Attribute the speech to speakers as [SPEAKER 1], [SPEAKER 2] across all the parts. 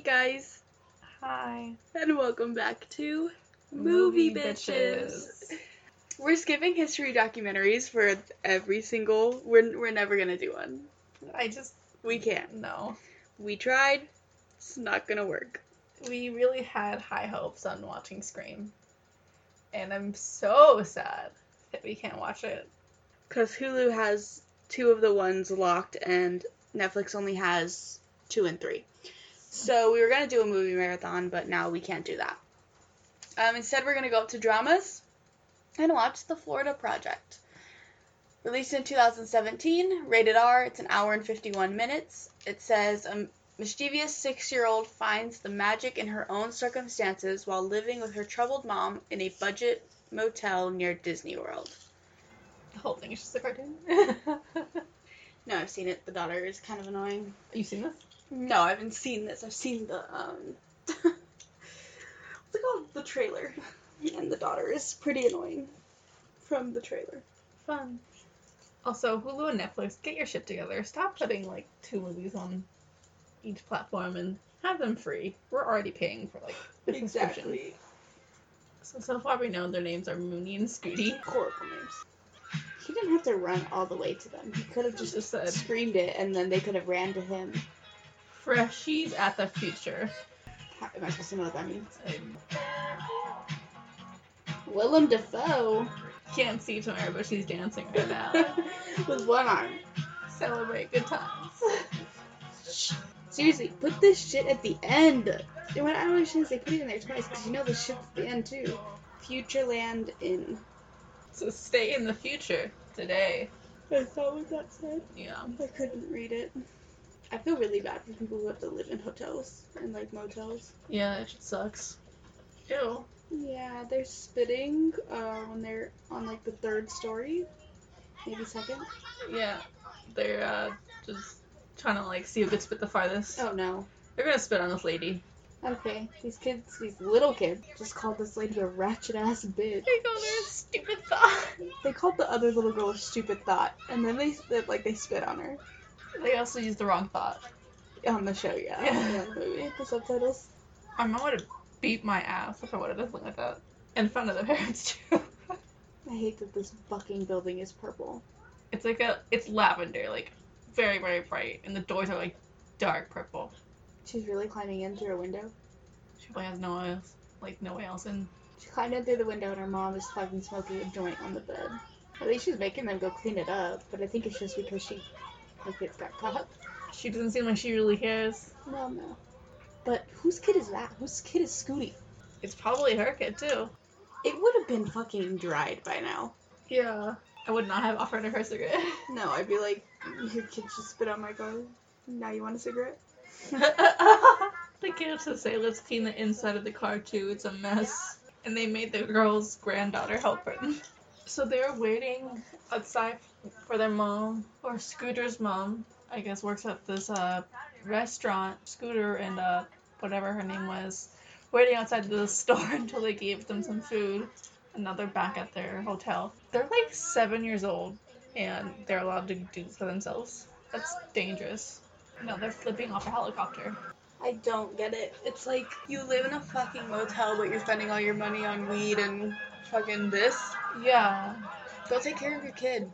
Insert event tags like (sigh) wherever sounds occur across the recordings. [SPEAKER 1] guys,
[SPEAKER 2] Hi.
[SPEAKER 1] and welcome back to Movie,
[SPEAKER 2] Movie
[SPEAKER 1] bitches.
[SPEAKER 2] Bitches.
[SPEAKER 1] We're skipping history documentaries for every single. We're we're never gonna do one.
[SPEAKER 2] I just
[SPEAKER 1] We can't.
[SPEAKER 2] no.
[SPEAKER 1] We tried. It's not gonna work.
[SPEAKER 2] We really had high hopes on watching Scream, and I'm so sad that we can't watch it.
[SPEAKER 1] Cause Hulu has two of the ones locked, and Netflix only has two and three. So we were gonna do a movie marathon, but now we can't do that. Um, instead, we're gonna go up to dramas and watch The Florida Project. Released in 2017, rated R. It's an hour and 51 minutes. It says a mischievous six-year-old finds the magic in her own circumstances while living with her troubled mom in a budget motel near Disney World.
[SPEAKER 2] The whole thing is just a cartoon.
[SPEAKER 1] No, I've seen it. The daughter is kind of annoying.
[SPEAKER 2] (laughs) you seen this?
[SPEAKER 1] No, I haven't seen this. I've seen the um (laughs) what's it called? The trailer. And the daughter is pretty annoying. From the trailer.
[SPEAKER 2] Fun. Also, Hulu and Netflix, get your shit together. Stop putting like two movies on each platform and have them free. We're already paying for like the subscription. So so far we know their names are Mooney and Scooty.
[SPEAKER 1] Horrible names. He didn't have to run all the way to them. He could have just
[SPEAKER 2] Just (laughs) just said
[SPEAKER 1] screamed it and then they could have ran to him.
[SPEAKER 2] freshies at the future.
[SPEAKER 1] How, am I supposed to know what that means?
[SPEAKER 2] Um,
[SPEAKER 1] Willem Dafoe
[SPEAKER 2] can't see Tamara, but she's dancing right (laughs) now.
[SPEAKER 1] (laughs) with one arm.
[SPEAKER 2] Celebrate good times.
[SPEAKER 1] (laughs) Seriously, put this shit at the end. And what I don't understand is they put it in there twice because you know the shit's at the end too. Futureland Inn.
[SPEAKER 2] So stay in the future today.
[SPEAKER 1] Is that what that said?
[SPEAKER 2] Yeah.
[SPEAKER 1] I couldn't read it. I feel really bad for people who have to live in hotels and like motels.
[SPEAKER 2] Yeah, it just sucks. Ew.
[SPEAKER 1] Yeah, they're spitting uh, when they're on like the third story, maybe second.
[SPEAKER 2] Yeah. They're uh, just trying to like see who could spit the farthest.
[SPEAKER 1] Oh no.
[SPEAKER 2] They're gonna spit on this lady.
[SPEAKER 1] Okay, these kids, these little kids, just called this lady a ratchet ass bitch.
[SPEAKER 2] They go there, stupid thought.
[SPEAKER 1] They called the other little girl a stupid thought, and then they that, like they spit on her.
[SPEAKER 2] They also used the wrong thought.
[SPEAKER 1] on the show, yeah.
[SPEAKER 2] Yeah.
[SPEAKER 1] Yeah, (laughs) the movie, the subtitles.
[SPEAKER 2] My mom would have beat my ass if I would have done something like that. In front of the (laughs) parents too.
[SPEAKER 1] I hate that this fucking building is purple.
[SPEAKER 2] It's like a it's lavender, like very, very bright, and the doors are like dark purple.
[SPEAKER 1] She's really climbing in through a window.
[SPEAKER 2] She probably has no one else like no one else in.
[SPEAKER 1] She climbed in through the window, and her mom is fucking smoking a joint on the bed. At least she's making them go clean it up, but I think it's just because she, like, it's got caught.
[SPEAKER 2] She doesn't seem like she really cares.
[SPEAKER 1] Well, no. But whose kid is that? Whose kid is Scooty?
[SPEAKER 2] It's probably her kid too.
[SPEAKER 1] It would have been fucking dried by now.
[SPEAKER 2] Yeah. I would not have offered her her cigarette. (laughs)
[SPEAKER 1] No, I'd be like, your kid just spit on my car. Now you want a cigarette?
[SPEAKER 2] (laughs) the kids to say, let's clean the inside of the car too. It's a mess. And they made the girl's granddaughter help her. So they're waiting outside for their mom, or Scooter's mom, I guess, works at this uh, restaurant. Scooter and uh, whatever her name was, waiting outside the (laughs) store until they gave them some food. And now they're back at their hotel. They're like seven years old, and they're allowed to do this for themselves. That's dangerous. No, they're flipping off a helicopter.
[SPEAKER 1] I don't get it. It's like you live in a fucking motel, but you're spending all your money on weed and fucking this.
[SPEAKER 2] Yeah.
[SPEAKER 1] Go take care of your kid.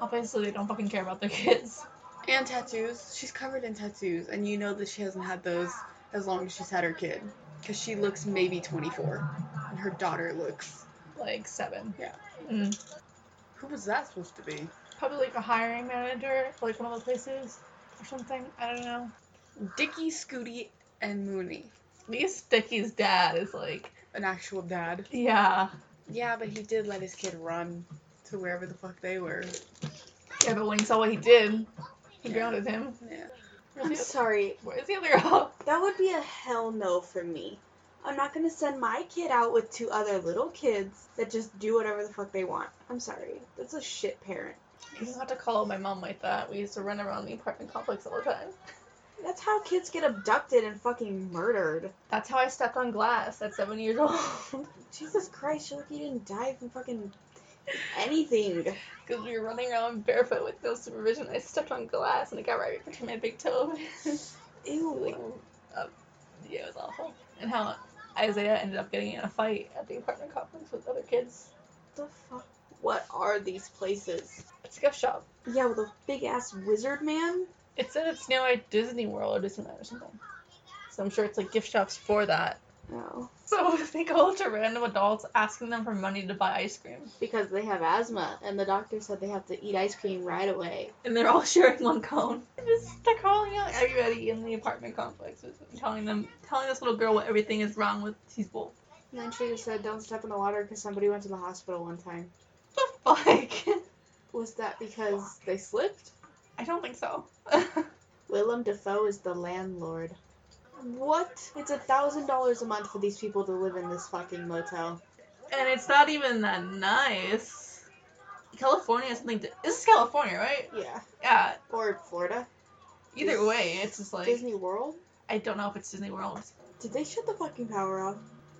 [SPEAKER 2] Obviously, they don't fucking care about their (laughs) kids.
[SPEAKER 1] And tattoos. She's covered in tattoos, and you know that she hasn't had those as long as she's had her kid. Because she looks maybe 24, and her daughter looks.
[SPEAKER 2] Like seven.
[SPEAKER 1] Yeah.
[SPEAKER 2] Mm.
[SPEAKER 1] Who was that supposed to be?
[SPEAKER 2] Probably like a hiring manager, for, like one of the places or something. I don't know.
[SPEAKER 1] Dickie, Scooty, and Mooney.
[SPEAKER 2] At least Dickie's dad is like,
[SPEAKER 1] An actual dad.
[SPEAKER 2] yeah.
[SPEAKER 1] Yeah, but he did let his kid run to wherever the fuck they were.
[SPEAKER 2] Yeah, but when he saw what he did, he
[SPEAKER 1] Yeah.
[SPEAKER 2] grounded him.
[SPEAKER 1] Yeah.
[SPEAKER 2] Where's (laughs) the-
[SPEAKER 1] sorry.
[SPEAKER 2] Where's the other girl?
[SPEAKER 1] That would be a hell no from me. I'm not gonna send my kid out with two other little kids that just do whatever the fuck they want. I'm sorry. That's a shit parent.
[SPEAKER 2] You don't have to call my mom like that. We used to run around the apartment complex all the time.
[SPEAKER 1] That's how kids get abducted and fucking murdered.
[SPEAKER 2] That's how I stepped on glass at seven years old. (laughs)
[SPEAKER 1] Jesus Christ, you're lucky you didn't die from fucking anything.
[SPEAKER 2] Because we were running around barefoot with no supervision. (laughs) I stepped on glass and it got right between my big toe.
[SPEAKER 1] Ew.
[SPEAKER 2] like, uh, Yeah, it was awful. And how Isaiah ended up getting in a fight at the apartment complex with other kids.
[SPEAKER 1] the fuck? What are these places?
[SPEAKER 2] It's a gift shop.
[SPEAKER 1] Yeah, with a big ass wizard man.
[SPEAKER 2] It said it's now at Disney World or Disneyland or something. So I'm sure it's like gift shops for that.
[SPEAKER 1] No,
[SPEAKER 2] So (laughs) they go to random adults asking them for money to buy ice cream.
[SPEAKER 1] because they have asthma, and the doctor said they have to eat ice cream right away.
[SPEAKER 2] And they're all (laughs) sharing one cone. They're Just they're calling out everybody in the apartment complex and telling them telling this little girl what everything is wrong with people.
[SPEAKER 1] And then she just said, "Don't step in the water," because somebody went to the hospital one time.
[SPEAKER 2] What the fuck? (laughs)
[SPEAKER 1] Was that because they slipped?
[SPEAKER 2] I don't think so. (laughs)
[SPEAKER 1] Willem Dafoe is the landlord. What? It's a thousand dollars a month for these people to live in this fucking motel.
[SPEAKER 2] And it's not even that nice. California has something to. This is California, right?
[SPEAKER 1] Yeah.
[SPEAKER 2] Yeah.
[SPEAKER 1] Or Florida.
[SPEAKER 2] Either way, it's just like
[SPEAKER 1] Disney World.
[SPEAKER 2] I don't know if it's Disney World.
[SPEAKER 1] Did they shut the fucking power off?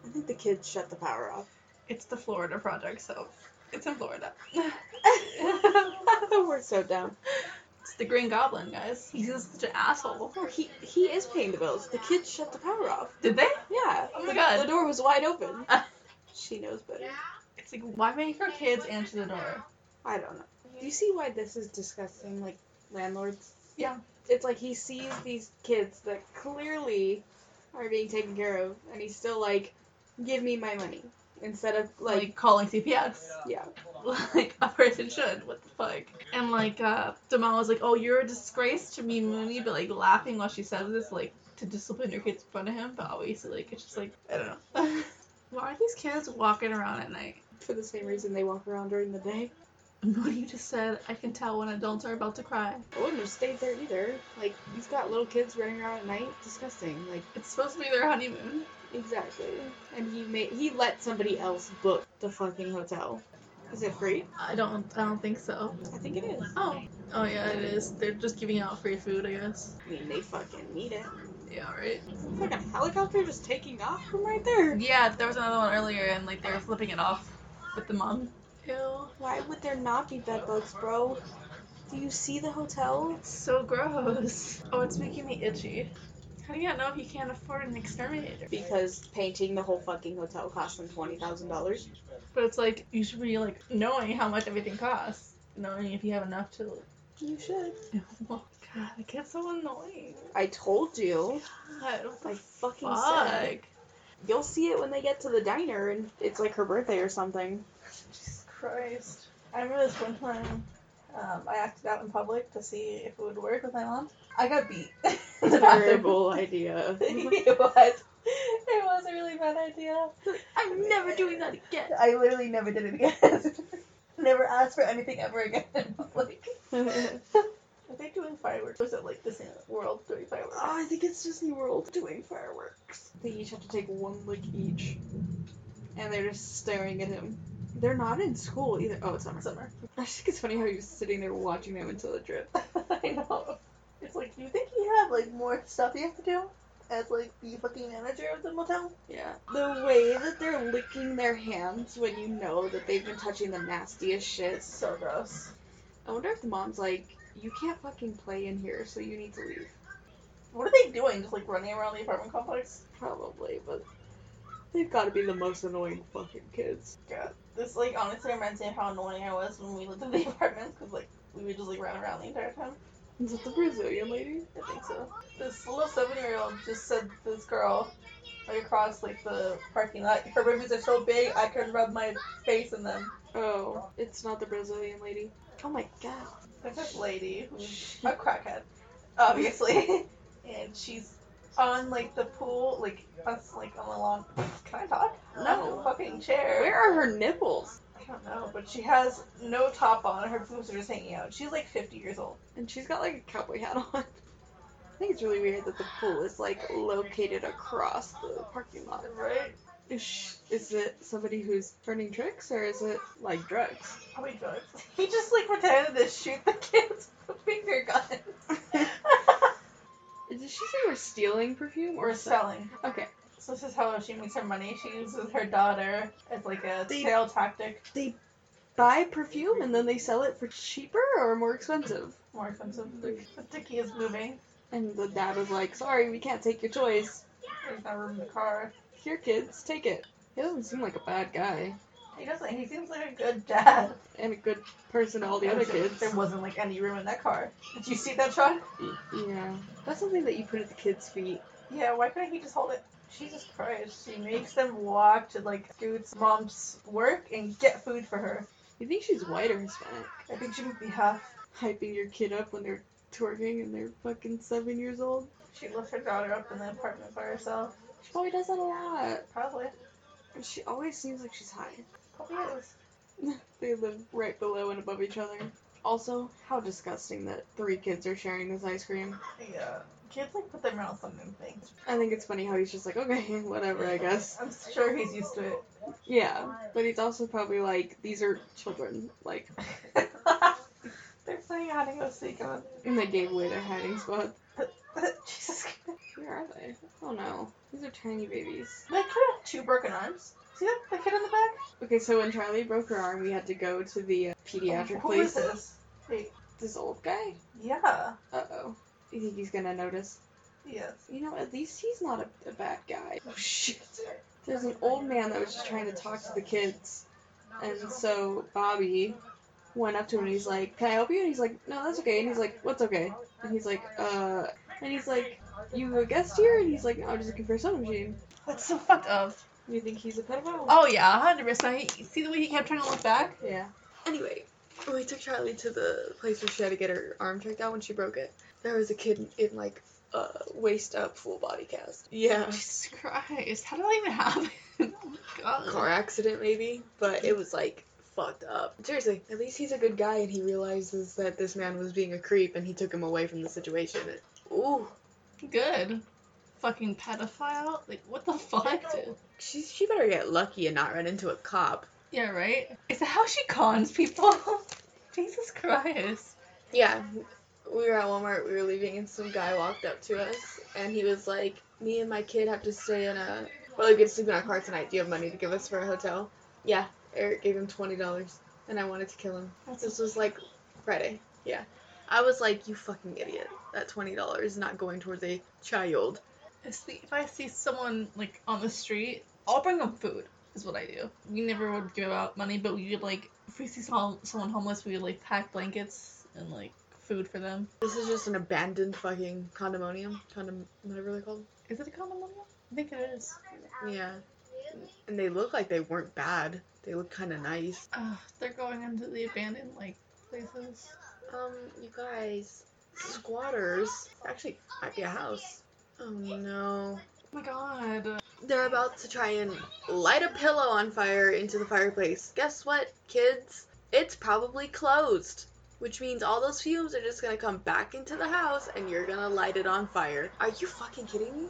[SPEAKER 1] I think the kids shut the power (laughs) off.
[SPEAKER 2] It's the Florida project, so it's in Florida.
[SPEAKER 1] We're so dumb.
[SPEAKER 2] it's the Green Goblin, guys. He's just such an asshole.
[SPEAKER 1] No, he he is paying the bills. The kids shut the power off.
[SPEAKER 2] Did they?
[SPEAKER 1] Yeah.
[SPEAKER 2] Oh my
[SPEAKER 1] the,
[SPEAKER 2] God.
[SPEAKER 1] The door was wide open. (laughs) she knows better.
[SPEAKER 2] It's like why make our kids answer the door?
[SPEAKER 1] I don't know. Do you see why this is disgusting? Like landlords.
[SPEAKER 2] Yeah.
[SPEAKER 1] It's like he sees these kids that clearly are being taken care of, and he's still like, "Give me my money," instead of
[SPEAKER 2] Like,
[SPEAKER 1] like, uh,
[SPEAKER 2] calling CPS.
[SPEAKER 1] yeah,
[SPEAKER 2] (laughs) Like a person should. What the fuck? And like uh Damal was like, Oh, you're a disgrace to me, Mooney, but like laughing while she says this, like to discipline your kids in front of him, but obviously like it's just like I don't know. (laughs) why are these kids walking around at night? (laughs)
[SPEAKER 1] for the same reason they walk around during the day.
[SPEAKER 2] Mooney just said, I can tell when adults are about to cry.
[SPEAKER 1] I wouldn't have stayed there either. Like, you've got little kids running around at night. Disgusting. Like,
[SPEAKER 2] It's supposed to be their honeymoon.
[SPEAKER 1] exactly. And he made he let somebody else book the fucking hotel. Is it free?
[SPEAKER 2] I don't I don't think so.
[SPEAKER 1] I think it is.
[SPEAKER 2] Oh. Oh yeah, it is. They're just giving out free food, I guess.
[SPEAKER 1] I mean, they fucking need it.
[SPEAKER 2] Yeah, right.
[SPEAKER 1] It's like a helicopter just taking off from right there.
[SPEAKER 2] Yeah, there was another one earlier, and like they were flipping it off with the mom. Ew,
[SPEAKER 1] Why would there not be bed bugs, bro? Do you see the hotel?
[SPEAKER 2] it's so gross. Oh, it's making me itchy. How do you not know if you can't afford an exterminator?
[SPEAKER 1] Because painting the whole fucking hotel cost them twenty thousand dollars.
[SPEAKER 2] But it's like you should be like knowing how much everything costs, knowing if you have enough to. (laughs) oh
[SPEAKER 1] You should.
[SPEAKER 2] God, the kid's so annoying.
[SPEAKER 1] I told you.
[SPEAKER 2] God, what the
[SPEAKER 1] I fucking said.
[SPEAKER 2] fuck?
[SPEAKER 1] You'll see it when they get to the diner and it's like her birthday or (laughs) something.
[SPEAKER 2] Jesus Christ. I remember this one time um, I acted out in public to see if it would work with my mom. I got beat. (laughs) in the bathroom.
[SPEAKER 1] Terrible idea.
[SPEAKER 2] (laughs) it was. It was a really bad idea.
[SPEAKER 1] (laughs) I'm never doing that (laughs) again.
[SPEAKER 2] I literally never did it again. (laughs) never asked for anything ever again. (laughs) like,
[SPEAKER 1] oh,
[SPEAKER 2] are they doing fireworks? Was it like the same world doing fireworks?
[SPEAKER 1] Ah, I think it's Disney World doing fireworks. They each have to take one lick each. And they're just staring at him. They're not in school either. Oh, it's summer.
[SPEAKER 2] Summer. (laughs)
[SPEAKER 1] I just think it's funny how you're sitting there watching them until it drips.
[SPEAKER 2] I know. It's like you think you have like more stuff you have to do as like the fucking manager of the motel.
[SPEAKER 1] Yeah. The way that they're licking their hands when you know that they've been touching the nastiest shit.
[SPEAKER 2] It's so gross.
[SPEAKER 1] I wonder if the mom's like, you can't fucking play in here, so you need to leave.
[SPEAKER 2] What are they doing? Just like running around the apartment complex?
[SPEAKER 1] Probably, but they've got to be the most annoying fucking kids.
[SPEAKER 2] God. This like honestly reminds me of how annoying I was when we lived in the (laughs) apartments because like we would just like run around the entire time.
[SPEAKER 1] Is it the Brazilian lady?
[SPEAKER 2] I think so. This little seven year old just said to this girl right across like the parking lot, her ribbons are so big I could rub my face in them.
[SPEAKER 1] Oh, it's not the Brazilian lady. Oh my god. (laughs)
[SPEAKER 2] There's this lady who's a crackhead,
[SPEAKER 1] (laughs)
[SPEAKER 2] obviously. and she's on like the pool, like us like on the lawn can I talk?
[SPEAKER 1] No.
[SPEAKER 2] On the fucking chair.
[SPEAKER 1] Where are her nipples?
[SPEAKER 2] I don't know, but she has no top on, her boobs are just hanging out. She's like fifty years old.
[SPEAKER 1] And she's got like a cowboy hat on. (laughs) I think it's really weird that the pool is like located across the parking lot.
[SPEAKER 2] Right?
[SPEAKER 1] Is, sh- is it somebody who's turning tricks or is it like drugs?
[SPEAKER 2] Probably drugs. (laughs) He just like pretended to shoot the (laughs) kids with finger guns.
[SPEAKER 1] (laughs) Did she say we're stealing perfume or
[SPEAKER 2] We're selling.
[SPEAKER 1] Okay.
[SPEAKER 2] So this is how she makes her money. She uses her daughter as like a
[SPEAKER 1] They-
[SPEAKER 2] sale tactic.
[SPEAKER 1] Buy perfume and then they sell it for cheaper or more expensive?
[SPEAKER 2] More expensive. But Dickie is moving.
[SPEAKER 1] And the dad was like, sorry, we can't take your toys.
[SPEAKER 2] There's not room in the car.
[SPEAKER 3] Here, kids, take it. He doesn't seem like a bad guy
[SPEAKER 2] He doesn't. He seems like a good dad.
[SPEAKER 3] and a good person to all the
[SPEAKER 2] (laughs)
[SPEAKER 3] other kids.
[SPEAKER 2] There wasn't like any room in that car. Did you see that, Sean?
[SPEAKER 3] Yeah, that's something that you put at the kids' feet.
[SPEAKER 2] Yeah. Why couldn't he just hold it? Jesus Christ. She makes them walk to like Dude's mom's work and get food for her.
[SPEAKER 3] You think she's white or Hispanic?
[SPEAKER 2] I think she would be half.
[SPEAKER 3] Hyping your kid up when they're twerking and they're fucking seven years old.
[SPEAKER 2] She left her daughter up in the apartment by herself.
[SPEAKER 3] She probably Oh, does that a lot.
[SPEAKER 2] Probably.
[SPEAKER 3] And she always seems like she's high.
[SPEAKER 2] Probably is.
[SPEAKER 3] They live right below and above each other. Also, how disgusting that three kids are sharing this ice cream.
[SPEAKER 2] Yeah. Kids like put their mouths on them things.
[SPEAKER 3] I think it's funny how he's just like, okay, (laughs) whatever, I guess.
[SPEAKER 2] I'm sure he's used to it.
[SPEAKER 3] Yeah, but he's also probably like, these are children. Like,
[SPEAKER 2] (laughs) They're playing hide and go seek on.
[SPEAKER 3] and they gave away their hiding spot.
[SPEAKER 2] (laughs) Jesus Christ.
[SPEAKER 3] Where are they? Oh no, these are tiny babies.
[SPEAKER 2] That kid had two broken arms. See that? The kid in the back?
[SPEAKER 3] Okay, so when Charlie broke her arm, we had to go to the uh, pediatric
[SPEAKER 2] Who is
[SPEAKER 3] place.
[SPEAKER 2] this? Wait.
[SPEAKER 3] This old guy?
[SPEAKER 2] Yeah.
[SPEAKER 3] Uh oh. You think he's gonna notice?
[SPEAKER 2] Yes.
[SPEAKER 3] You know, at least he's not a, a bad guy. Oh shit. There's an old man that was just trying to talk to the kids. And so Bobby went up to him and he's like, Can I help you? And he's like, No, that's okay. And he's like, What's okay? And he's like, Uh. And he's like, You a guest here? And he's like, No, I'm just looking for a soda machine.
[SPEAKER 2] That's so fucked up.
[SPEAKER 3] You think he's a pedophile?
[SPEAKER 2] Oh yeah, hundred percent. See the way he kept trying to look back?
[SPEAKER 3] Yeah.
[SPEAKER 1] Anyway, we took Charlie to the place where she had to get her arm checked out when she broke it. There was a kid in like uh, waist up, full body cast. Yeah,
[SPEAKER 2] Jesus Christ! How did that even happen? (laughs) oh my god.
[SPEAKER 1] car accident maybe, but it was like fucked up. Seriously, at least he's a good guy and he realizes that this man was being a creep and he took him away from the situation. Ooh,
[SPEAKER 2] Good. Fucking pedophile. Like what the (laughs) fuck? Dude?
[SPEAKER 1] she she better get lucky and not run into a cop.
[SPEAKER 2] Yeah, right. Is that how she cons people? (laughs) Jesus Christ.
[SPEAKER 1] Yeah, we were at Walmart, we were leaving, and some guy walked up to us, and he was like, Me and my kid have to stay in a. Well, we could sleep in our car tonight. Do you have money to give us for a hotel? Yeah, Eric gave him $20, and I wanted to kill him. This was like Friday. Yeah. I was like, You fucking idiot. That $20 is not going towards a child.
[SPEAKER 2] If the- if I see someone like on the street, I'll bring them food. Is what I do. We never would give out money, but we would like if we see some, someone homeless, we would like pack blankets and like food for them.
[SPEAKER 1] This is just an abandoned fucking condominium. Condom. whatever they're called.
[SPEAKER 2] Is it a condominium? I think it is.
[SPEAKER 1] Yeah. And they look like they weren't bad. They look kind of nice.
[SPEAKER 2] Ugh, they're going into the abandoned like places.
[SPEAKER 1] Um, you guys, squatters actually might be a house. Oh no.
[SPEAKER 2] Oh my god.
[SPEAKER 1] They're about to try and light a pillow on fire into the fireplace. Guess what, kids? It's probably closed. Which means all those fumes are just gonna come back into the house and you're gonna light it on fire. Are you fucking kidding me?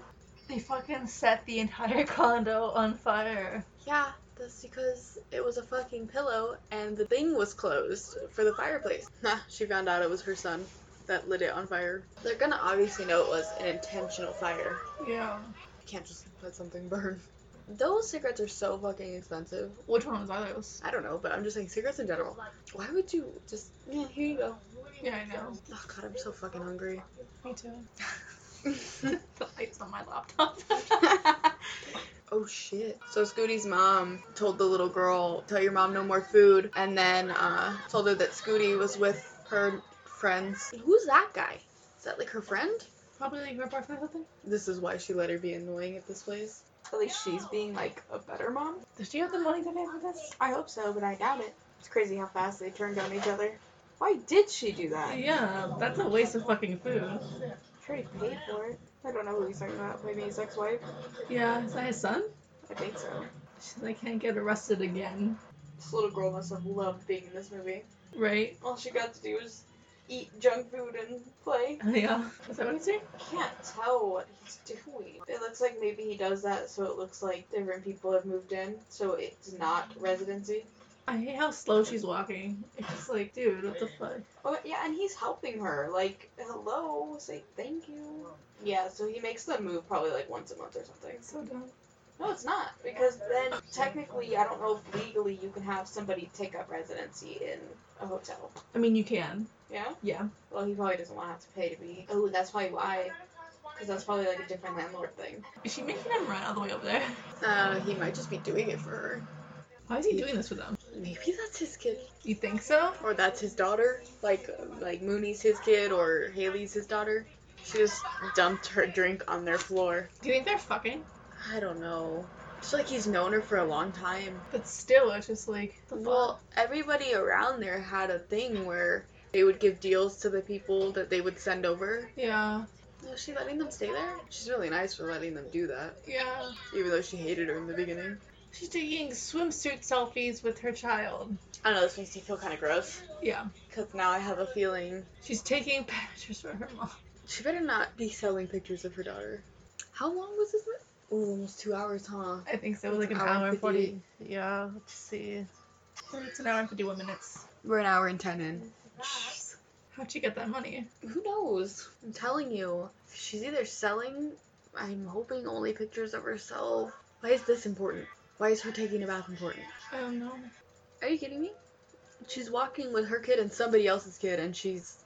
[SPEAKER 2] They fucking set the entire (laughs) condo on fire.
[SPEAKER 1] Yeah, that's because it was a fucking pillow and the thing was closed for the fireplace. (laughs) Nah, she found out it was her son that lit it on fire. They're gonna obviously know it was an intentional fire.
[SPEAKER 2] Yeah.
[SPEAKER 1] You can't just let something burn. Those cigarettes are so fucking expensive.
[SPEAKER 2] Which ones are those?
[SPEAKER 1] I don't know, but I'm just saying cigarettes in general. Why would you just yeah, here you go.
[SPEAKER 2] Yeah, I know.
[SPEAKER 1] Oh god, I'm so fucking (laughs) hungry.
[SPEAKER 2] Me too. the lights on my laptop. (laughs)
[SPEAKER 1] (laughs) Oh shit. So Scooty's mom told the little girl, Tell your mom no more food and then uh told her that Scooty was with her friends. Who's that guy? Is that like her friend?
[SPEAKER 2] Probably like your boyfriend or something.
[SPEAKER 1] This is why she let her be annoying at this place.
[SPEAKER 3] At least she's being like a better mom.
[SPEAKER 2] Does she have the money to pay for this?
[SPEAKER 3] I hope so, but I doubt it. It's crazy how fast they turned on each other. Why did she do that?
[SPEAKER 2] Yeah, that's a waste of fucking food.
[SPEAKER 3] She already paid for it. I don't know who he's talking about. Maybe his ex-wife.
[SPEAKER 2] Yeah, is that his son?
[SPEAKER 3] I think so.
[SPEAKER 2] She, they can't get arrested again,
[SPEAKER 3] This little girl must have loved being in this movie.
[SPEAKER 2] right? (laughs)
[SPEAKER 3] All she got to do was eat junk food and play.
[SPEAKER 2] Yeah. Is that what he's doing?
[SPEAKER 3] Can't tell what he's doing. It looks like maybe he does that so it looks like different people have moved in, so it's not residency.
[SPEAKER 2] I hate how slow she's walking. It's just like, dude, what the fuck?
[SPEAKER 3] Oh yeah, and he's helping her. Like, hello, say thank you. Yeah, so he makes the move probably like once a month or something.
[SPEAKER 2] It's so dumb.
[SPEAKER 3] No, it's not because then technically, I don't know if legally you can have somebody take up residency in a hotel.
[SPEAKER 2] I mean, you can.
[SPEAKER 3] Yeah.
[SPEAKER 2] Yeah.
[SPEAKER 3] Well, he probably doesn't want to have to pay to be. Oh, that's probably why
[SPEAKER 4] Because that's probably like a different landlord thing.
[SPEAKER 2] Is she making them run all the way over there? (laughs)
[SPEAKER 1] Uh, he might just be doing it for her.
[SPEAKER 2] Why is he doing this with them?
[SPEAKER 1] Maybe that's his kid,
[SPEAKER 2] You think so?
[SPEAKER 1] or that's his daughter. Like like Mooney's his kid, or Haley's his daughter. She just dumped her drink on their floor.
[SPEAKER 2] Do you think they're fucking?
[SPEAKER 1] I don't know. It's like he's known her for a long time.
[SPEAKER 2] But still, it's just like the
[SPEAKER 1] Well, everybody around there had a thing where they would give deals to the people that they would send over.
[SPEAKER 2] fuck. Yeah,
[SPEAKER 1] Is she letting them stay there? She's really nice for letting them do that,
[SPEAKER 2] yeah.
[SPEAKER 1] even though she hated her in the beginning.
[SPEAKER 2] She's taking swimsuit selfies with her child.
[SPEAKER 1] I don't know, this makes me feel kind of gross.
[SPEAKER 2] Yeah,
[SPEAKER 1] Because now I have a feeling
[SPEAKER 2] she's taking (laughs) pictures for her mom.
[SPEAKER 1] she better not be selling pictures of her daughter. How long was this? mo- Ooh, almost two hours, huh?
[SPEAKER 2] I think so. It was like an
[SPEAKER 1] Hour and
[SPEAKER 2] hour
[SPEAKER 1] 50.
[SPEAKER 2] and forty. Yeah, let's see. It's an hour and fifty-one minutes.
[SPEAKER 1] We're an hour and ten in.
[SPEAKER 2] Jeez. How'd she get that money?
[SPEAKER 1] Who knows? I'm telling you, she's either selling, I'm hoping only pictures of herself. Why is this important? Why is her taking a bath important?
[SPEAKER 2] I don't know.
[SPEAKER 1] Are you kidding me? She's walking with her kid and somebody else's kid, and she's.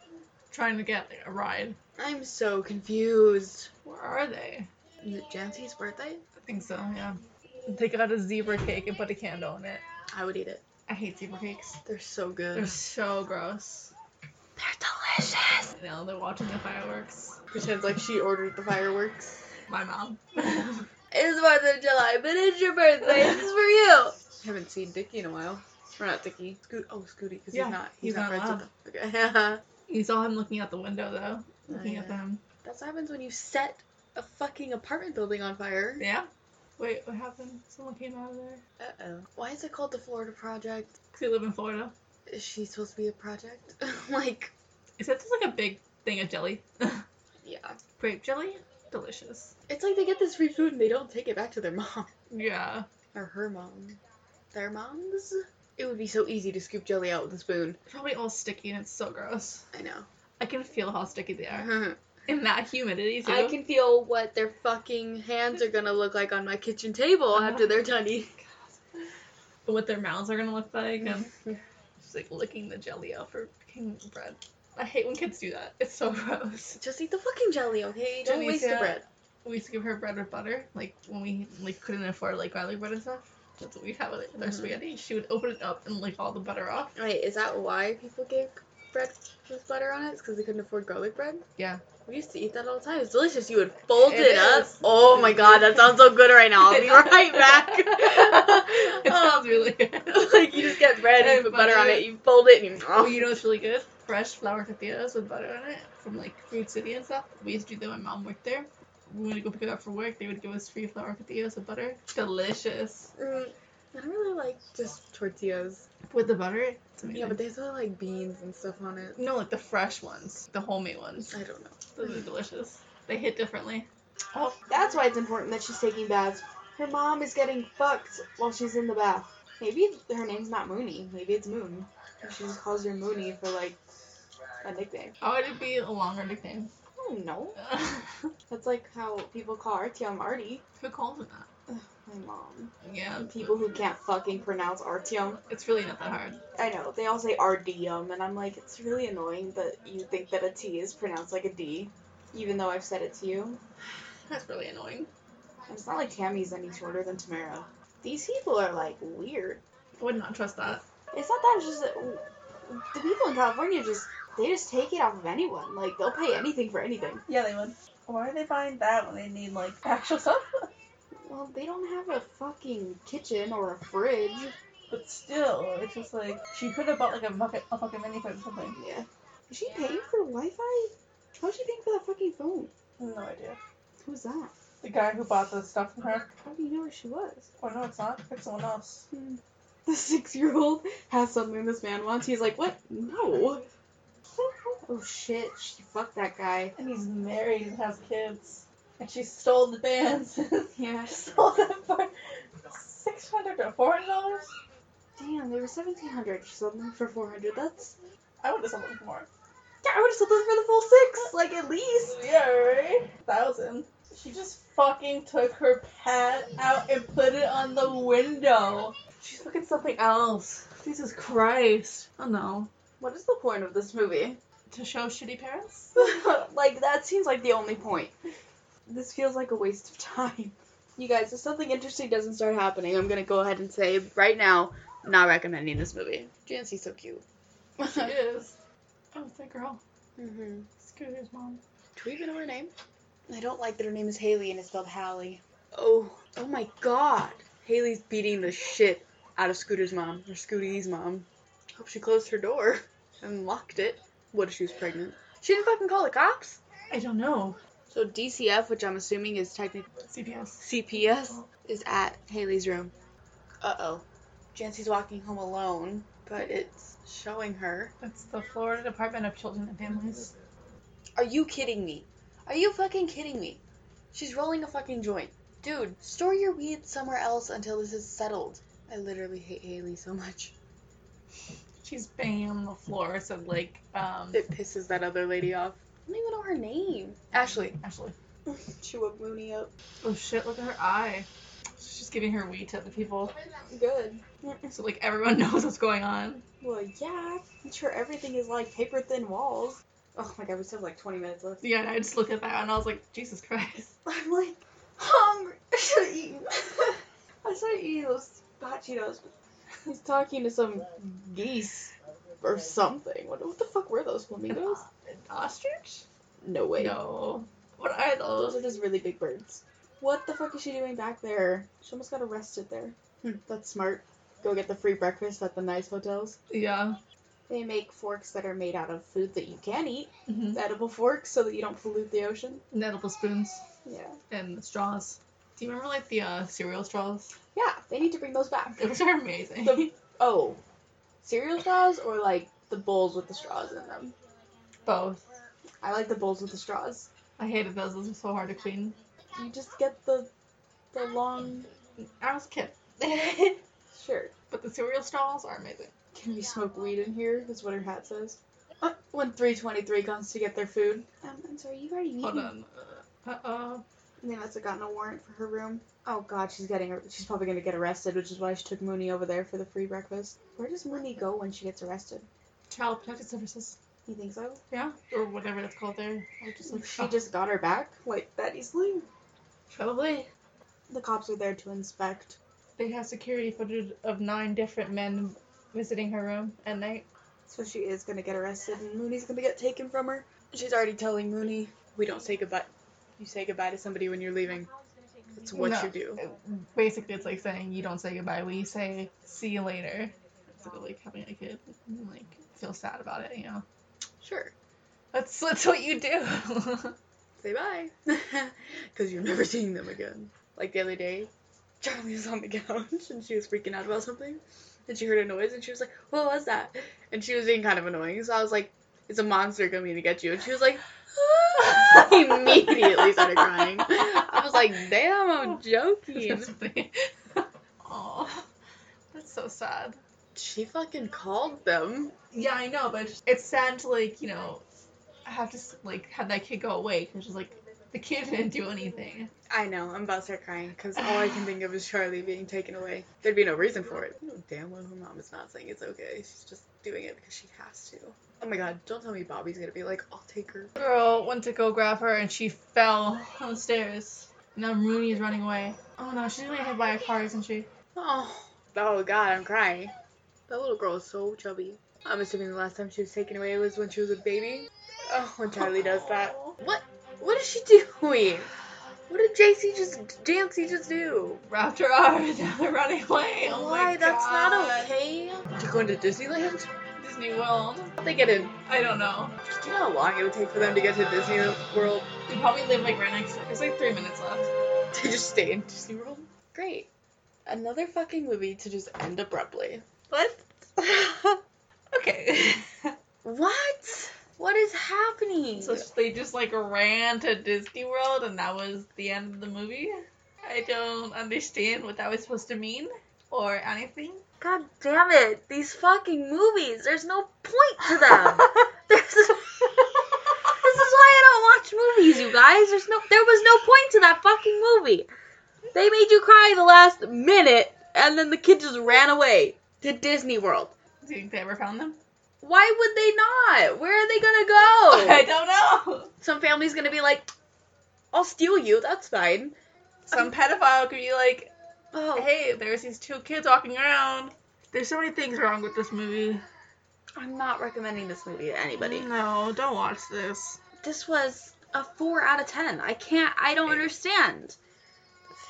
[SPEAKER 2] Trying to get like, a ride.
[SPEAKER 1] I'm so confused.
[SPEAKER 2] Where are they?
[SPEAKER 1] Is it Jancy's birthday?
[SPEAKER 2] I think so. Yeah. They got a zebra cake and put a candle in it.
[SPEAKER 1] I would eat it.
[SPEAKER 2] I hate zebra cakes.
[SPEAKER 1] They're so good.
[SPEAKER 2] They're so gross.
[SPEAKER 1] They're delicious.
[SPEAKER 2] You know, they're watching the fireworks.
[SPEAKER 1] Pretends like she ordered the fireworks.
[SPEAKER 2] My mom. (laughs)
[SPEAKER 1] It's Fourth of July, but it's your birthday. this is for you. (laughs) haven't seen Dickie in a while. Or not Dickie. Scoot. Oh, Scooty, because
[SPEAKER 2] Yeah,
[SPEAKER 1] he's not.
[SPEAKER 2] he's not
[SPEAKER 1] friends with them. Okay. (laughs)
[SPEAKER 2] you saw him looking out the window though. Looking
[SPEAKER 1] yeah.
[SPEAKER 2] at them.
[SPEAKER 1] That's what happens when you set a fucking apartment building on fire.
[SPEAKER 2] Yeah. Wait, what happened? Someone came out of there.
[SPEAKER 1] Uh oh. Why is it called the Florida Project?
[SPEAKER 2] Cause they live in Florida.
[SPEAKER 1] Is she supposed to be a project? (laughs) like,
[SPEAKER 2] Is that just like a big thing of jelly? (laughs)
[SPEAKER 1] yeah.
[SPEAKER 2] Grape jelly? Delicious.
[SPEAKER 1] It's like they get this free food and they don't take it back to their (laughs) mom.
[SPEAKER 2] Yeah.
[SPEAKER 1] Or her mom. Their moms? It would be so easy to scoop jelly out with a spoon.
[SPEAKER 2] Probably all sticky and it's so gross.
[SPEAKER 1] I know.
[SPEAKER 2] I can feel how sticky they are.
[SPEAKER 1] (laughs)
[SPEAKER 2] In that humidity too.
[SPEAKER 1] I can feel what their fucking hands are gonna look like on my kitchen table after they're done eating. (laughs)
[SPEAKER 2] what their mouths are gonna look like (laughs) and just like licking the jelly out for king bread. I hate when kids do that. It's so (laughs) gross.
[SPEAKER 1] Just eat the fucking jelly, okay? Don't
[SPEAKER 2] Janice,
[SPEAKER 1] waste the
[SPEAKER 2] yeah.
[SPEAKER 1] bread.
[SPEAKER 2] We used to give her bread with butter, like when we like couldn't afford like garlic bread and stuff. That's what we'd have with our
[SPEAKER 1] Mhm.
[SPEAKER 2] spaghetti. She would open it up and lick all the butter off.
[SPEAKER 1] Wait, is that why people gave bread with butter on it? Because they couldn't afford garlic bread?
[SPEAKER 2] Yeah.
[SPEAKER 1] We used to eat that all the time. It's delicious. You would fold it,
[SPEAKER 2] It
[SPEAKER 1] up.
[SPEAKER 2] is.
[SPEAKER 1] Oh my god, that sounds so good right now. I'll (laughs)
[SPEAKER 2] (laughs)
[SPEAKER 1] be right back. (laughs)
[SPEAKER 2] it (laughs) sounds really good.
[SPEAKER 1] like you just get bread and
[SPEAKER 2] And
[SPEAKER 1] you put butter on
[SPEAKER 2] butter.
[SPEAKER 1] it, you fold it, and you.
[SPEAKER 2] Oh, you know what's really good? Fresh flour tortillas with butter on it from like Food City and stuff. We used to do that when mom worked there. When we would go pick it up from work, they would give us free flour tortillas with butter. Delicious.
[SPEAKER 1] Mm, I don't really like just tortillas.
[SPEAKER 2] With the butter, it's amazing.
[SPEAKER 1] Yeah, but there's all like beans and stuff on it.
[SPEAKER 2] No, like the fresh ones, the homemade ones.
[SPEAKER 1] I don't know.
[SPEAKER 2] Those are delicious. They hit differently. Oh,
[SPEAKER 4] That's why it's important that she's taking baths. Her mom is getting fucked while she's in the bath. Maybe her name's not Mooney. Maybe it's Moon. And she just calls her Mooney for like a nickname.
[SPEAKER 2] how would it be a longer nickname? (laughs)
[SPEAKER 4] I don't know.
[SPEAKER 2] Who
[SPEAKER 4] That's like how people call RTL Marty.
[SPEAKER 2] calls it that?
[SPEAKER 4] My mom.
[SPEAKER 2] Yeah,
[SPEAKER 4] People who can't fucking pronounce RTM.
[SPEAKER 2] It's really not that hard.
[SPEAKER 4] I know. They all say RDM, and I'm like, it's really annoying that you think that a T is pronounced like a D, even though I've said it to you.
[SPEAKER 2] That's really annoying.
[SPEAKER 4] And It's not like Tammy's any shorter than Tamara. These people are like weird.
[SPEAKER 2] I would not trust that.
[SPEAKER 4] It's not that. It's just that the people in California just they just take it off of anyone. Like they'll pay anything for anything.
[SPEAKER 2] Yeah, they would. Why are they buying that when they need like actual stuff?
[SPEAKER 4] Well, they don't have a fucking kitchen or a fridge.
[SPEAKER 2] But still, it's just like she could have bought like a bucket, a fucking minivan or something.
[SPEAKER 4] Yeah. Is she paying for Wi-Fi? How's she paying for that fucking phone?
[SPEAKER 2] No idea.
[SPEAKER 4] Who's that?
[SPEAKER 2] The guy who bought the stuff from her.
[SPEAKER 4] How do you know where she was? (laughs)
[SPEAKER 2] Oh no, it's not. It's someone else.
[SPEAKER 4] Hmm. The six-year-old has something this man wants. He's like, what? No. Oh shit! She fucked that guy.
[SPEAKER 2] And he's married and has kids. And she stole the (laughs) bands.
[SPEAKER 4] Yeah.
[SPEAKER 2] sold them for six hundred or four hundred dollars.
[SPEAKER 4] Damn, they were seventeen hundred. She sold them for four hundred. That's
[SPEAKER 2] I would have sold them for more.
[SPEAKER 4] Yeah, I would have sold those for the full six, like at least.
[SPEAKER 2] Yeah, right. Thousand. She just fucking took her pad out and put it on the window. She's looking something else. Jesus Christ. Oh no.
[SPEAKER 4] What is the
[SPEAKER 1] (laughs)
[SPEAKER 4] point of this movie?
[SPEAKER 2] (laughs) To show shitty parents?
[SPEAKER 4] like that seems like the only point.
[SPEAKER 3] This feels like a waste of time.
[SPEAKER 1] You guys, if something interesting doesn't start happening, I'm gonna go ahead and say right now, not recommending this movie. Jancy's so cute. (laughs)
[SPEAKER 2] She is. Oh, it's that girl.
[SPEAKER 1] Mm-hmm.
[SPEAKER 2] Scooter's mom.
[SPEAKER 1] Do we even know her name? I don't like that her name is Haley and it's spelled Hallie. Oh, oh my God! Haley's beating the shit out of Scooter's mom or Scooty's mom. Hope she closed her door and locked it. What if she was pregnant? She didn't fucking call the cops.
[SPEAKER 2] I don't know.
[SPEAKER 1] So DCF, which I'm assuming is technically.
[SPEAKER 2] CPS.
[SPEAKER 1] CPS is at Haley's room. Uh oh. Jancy's walking home alone, but it's showing her.
[SPEAKER 2] That's the Florida Department of Children and Families.
[SPEAKER 1] Are you kidding me? Are you fucking kidding me? She's rolling a fucking joint. Dude, store your weed somewhere else until this is settled. I literally hate Haley so
[SPEAKER 3] (laughs)
[SPEAKER 1] much.
[SPEAKER 2] She's banging on the floor, so like, um,
[SPEAKER 1] It pisses that other lady off. I don't even know her name.
[SPEAKER 3] (laughs)
[SPEAKER 1] Ashley.
[SPEAKER 2] Ashley.
[SPEAKER 1] She woke Mooney up.
[SPEAKER 2] Oh shit! Look at her eye. She's just giving her weed to other people,
[SPEAKER 3] Good.
[SPEAKER 2] so like everyone (laughs) knows what's going on.
[SPEAKER 3] Well, yeah. I'm sure everything is like paper thin walls. Oh my god, we still have like 20 minutes left. (laughs)
[SPEAKER 2] Yeah, and I just looked at that and I was like, Jesus Christ.
[SPEAKER 3] I'm like hungry. (laughs) I should have eaten. I should have eaten those hot Cheetos. He's talking to some geese or something. What, what the fuck were those flamingos?
[SPEAKER 2] An (laughs) ostrich?
[SPEAKER 3] No way.
[SPEAKER 2] No. What are
[SPEAKER 3] Those are
[SPEAKER 2] those?
[SPEAKER 3] just really big birds. What the fuck is she doing back there? She almost got arrested there. Hmm, that's smart. Go get the free breakfast at the nice hotels.
[SPEAKER 2] Yeah.
[SPEAKER 3] They make forks that are made out of food that you can eat,
[SPEAKER 2] Mm-hmm.
[SPEAKER 3] edible forks, so that you don't pollute the ocean.
[SPEAKER 2] Edible spoons
[SPEAKER 3] Yeah.
[SPEAKER 2] and the straws. Do you remember like the uh, cereal straws?
[SPEAKER 3] Yeah, they need to bring those back. (laughs)
[SPEAKER 2] Those are amazing.
[SPEAKER 3] The- Oh, cereal straws or like the bowls with the straws in them?
[SPEAKER 2] Both.
[SPEAKER 3] I like the bowls with the straws.
[SPEAKER 2] I hated those. Those were so hard to clean.
[SPEAKER 3] You just get the the long
[SPEAKER 2] I was a kid. (laughs)
[SPEAKER 3] shirt.
[SPEAKER 2] But the cereal straws are amazing.
[SPEAKER 3] Can we smoke weed in here? Is what her hat says. Uh, when 323 comes to get their food. Um, I'm sorry, you already
[SPEAKER 2] Hold
[SPEAKER 3] eaten.
[SPEAKER 2] on. Uh oh.
[SPEAKER 3] They must have gotten a warrant for her room. Oh god, she's getting she's probably gonna get arrested, which is why she took Mooney over there for the free breakfast. Where does Mooney go when she gets arrested?
[SPEAKER 2] Child Protective Services.
[SPEAKER 3] You think so?
[SPEAKER 2] Yeah. Or whatever that's called there. I just like
[SPEAKER 3] She just got her back like that easily.
[SPEAKER 2] probably.
[SPEAKER 3] The cops are there to inspect.
[SPEAKER 2] They have security footage of nine different men visiting her room at night.
[SPEAKER 3] So she is gonna get arrested and Mooney's gonna get taken from her.
[SPEAKER 1] She's already telling Mooney, we don't say goodbye. You say goodbye to somebody when you're leaving. It's what
[SPEAKER 2] No.
[SPEAKER 1] you do.
[SPEAKER 2] Basically, it's like saying you don't say goodbye. We say see you later. Instead of like having a kid, and, like feel sad about it. You know.
[SPEAKER 1] Sure.
[SPEAKER 2] That's that's what
[SPEAKER 1] (laughs)
[SPEAKER 2] you do. (laughs)
[SPEAKER 1] Say bye. (laughs) Because you're never seeing them again. Like the other day, Charlie was on the (laughs) couch and she was freaking out about something. And she heard a noise and she was like, What was that? And she was being kind of annoying. So I was like, It's a monster coming to get you. And she was like, (laughs) "Ah," immediately started crying. I was like, Damn, I'm
[SPEAKER 2] (laughs)
[SPEAKER 1] joking.
[SPEAKER 2] Oh, that's so sad.
[SPEAKER 1] She fucking called them.
[SPEAKER 2] Yeah, I know, but it's- it's sad to like you know have to s- like have that kid go away because she's like the kid didn't do anything.
[SPEAKER 1] I know, I'm about to start crying because all I can think of is Charlie being taken away. There'd be no reason for it. You know damn well her mom is not saying it's okay. She's just doing it because she has to. Oh my god, don't tell me Bobby's gonna be like, I'll take her.
[SPEAKER 2] Girl went to go grab her and she fell on the stairs. Now Rooney is running away. Oh no, she's gonna hit by a car, isn't she?
[SPEAKER 1] Oh, oh god, I'm crying. That little girl is so chubby. I'm assuming the last time she was taken away was when she was a baby. Oh, when Charlie does that. What? What is she doing? What did JC just, Jancy just do?
[SPEAKER 2] Wrapped her arms. Now they're running away. Oh
[SPEAKER 1] Why?
[SPEAKER 2] my
[SPEAKER 1] That's not
[SPEAKER 2] God.
[SPEAKER 1] okay. They're going to Disneyland?
[SPEAKER 2] Disney World.
[SPEAKER 1] How'd they get in?
[SPEAKER 2] I don't know.
[SPEAKER 1] Do you know how long it would take for them to get to Disney World? (laughs)
[SPEAKER 2] We probably live like right next. to There's like three minutes left.
[SPEAKER 1] To just stay in Disney World? Great. Another fucking movie to just end abruptly.
[SPEAKER 2] What? Okay.
[SPEAKER 1] (laughs)
[SPEAKER 2] (laughs)
[SPEAKER 1] what? What is happening?
[SPEAKER 2] so they just like ran to Disney World and that was the end of the movie. I don't understand what that was supposed to mean or anything. (laughs)
[SPEAKER 1] God damn it. These fucking movies. There's no point to (laughs) them. There's This is why I don't watch movies, you guys. There's no there was no point to that fucking movie. They made you cry the last minute and then the kid just ran away to Disney World.
[SPEAKER 2] Do you think they ever found them?
[SPEAKER 1] Why would
[SPEAKER 2] Oh.
[SPEAKER 1] they not? Where are they gonna go?
[SPEAKER 2] (laughs)
[SPEAKER 1] (laughs)
[SPEAKER 2] I don't know.
[SPEAKER 1] Some family's gonna be like, I'll steal you. That's fine.
[SPEAKER 2] Some pedophile could be like,
[SPEAKER 5] Oh,
[SPEAKER 2] hey, there's these two kids walking around. There's so many things wrong with this movie.
[SPEAKER 1] I'm not recommending this movie to anybody.
[SPEAKER 2] No, don't watch this.
[SPEAKER 1] This was a four out of ten. I can't. I don't understand.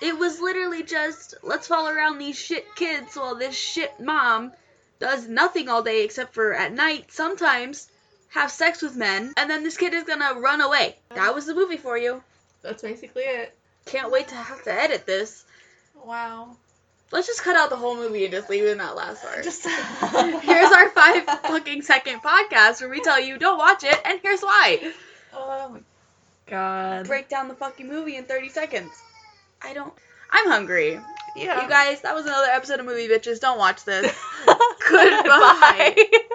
[SPEAKER 1] It was literally just let's follow around these shit kids while this shit mom does nothing all day except for at night sometimes have sex with men, and then this kid is gonna run away. That was the movie for you.
[SPEAKER 2] That's basically it.
[SPEAKER 1] Can't wait to have to edit this.
[SPEAKER 2] Wow.
[SPEAKER 1] Let's just cut out the whole movie and just leave in that last part.
[SPEAKER 2] (laughs) Just
[SPEAKER 1] Here's our (laughs)
[SPEAKER 2] (laughs)
[SPEAKER 1] five fucking second podcast where we tell you don't watch it and here's why.
[SPEAKER 2] Oh my god.
[SPEAKER 1] Break down the fucking movie in 30 seconds. I don't. I'm hungry. (laughs)
[SPEAKER 2] Yeah. (laughs)
[SPEAKER 1] You guys, that was another episode of Movie Bitches. Don't watch this.
[SPEAKER 2] Goodbye.
[SPEAKER 1] Goodbye.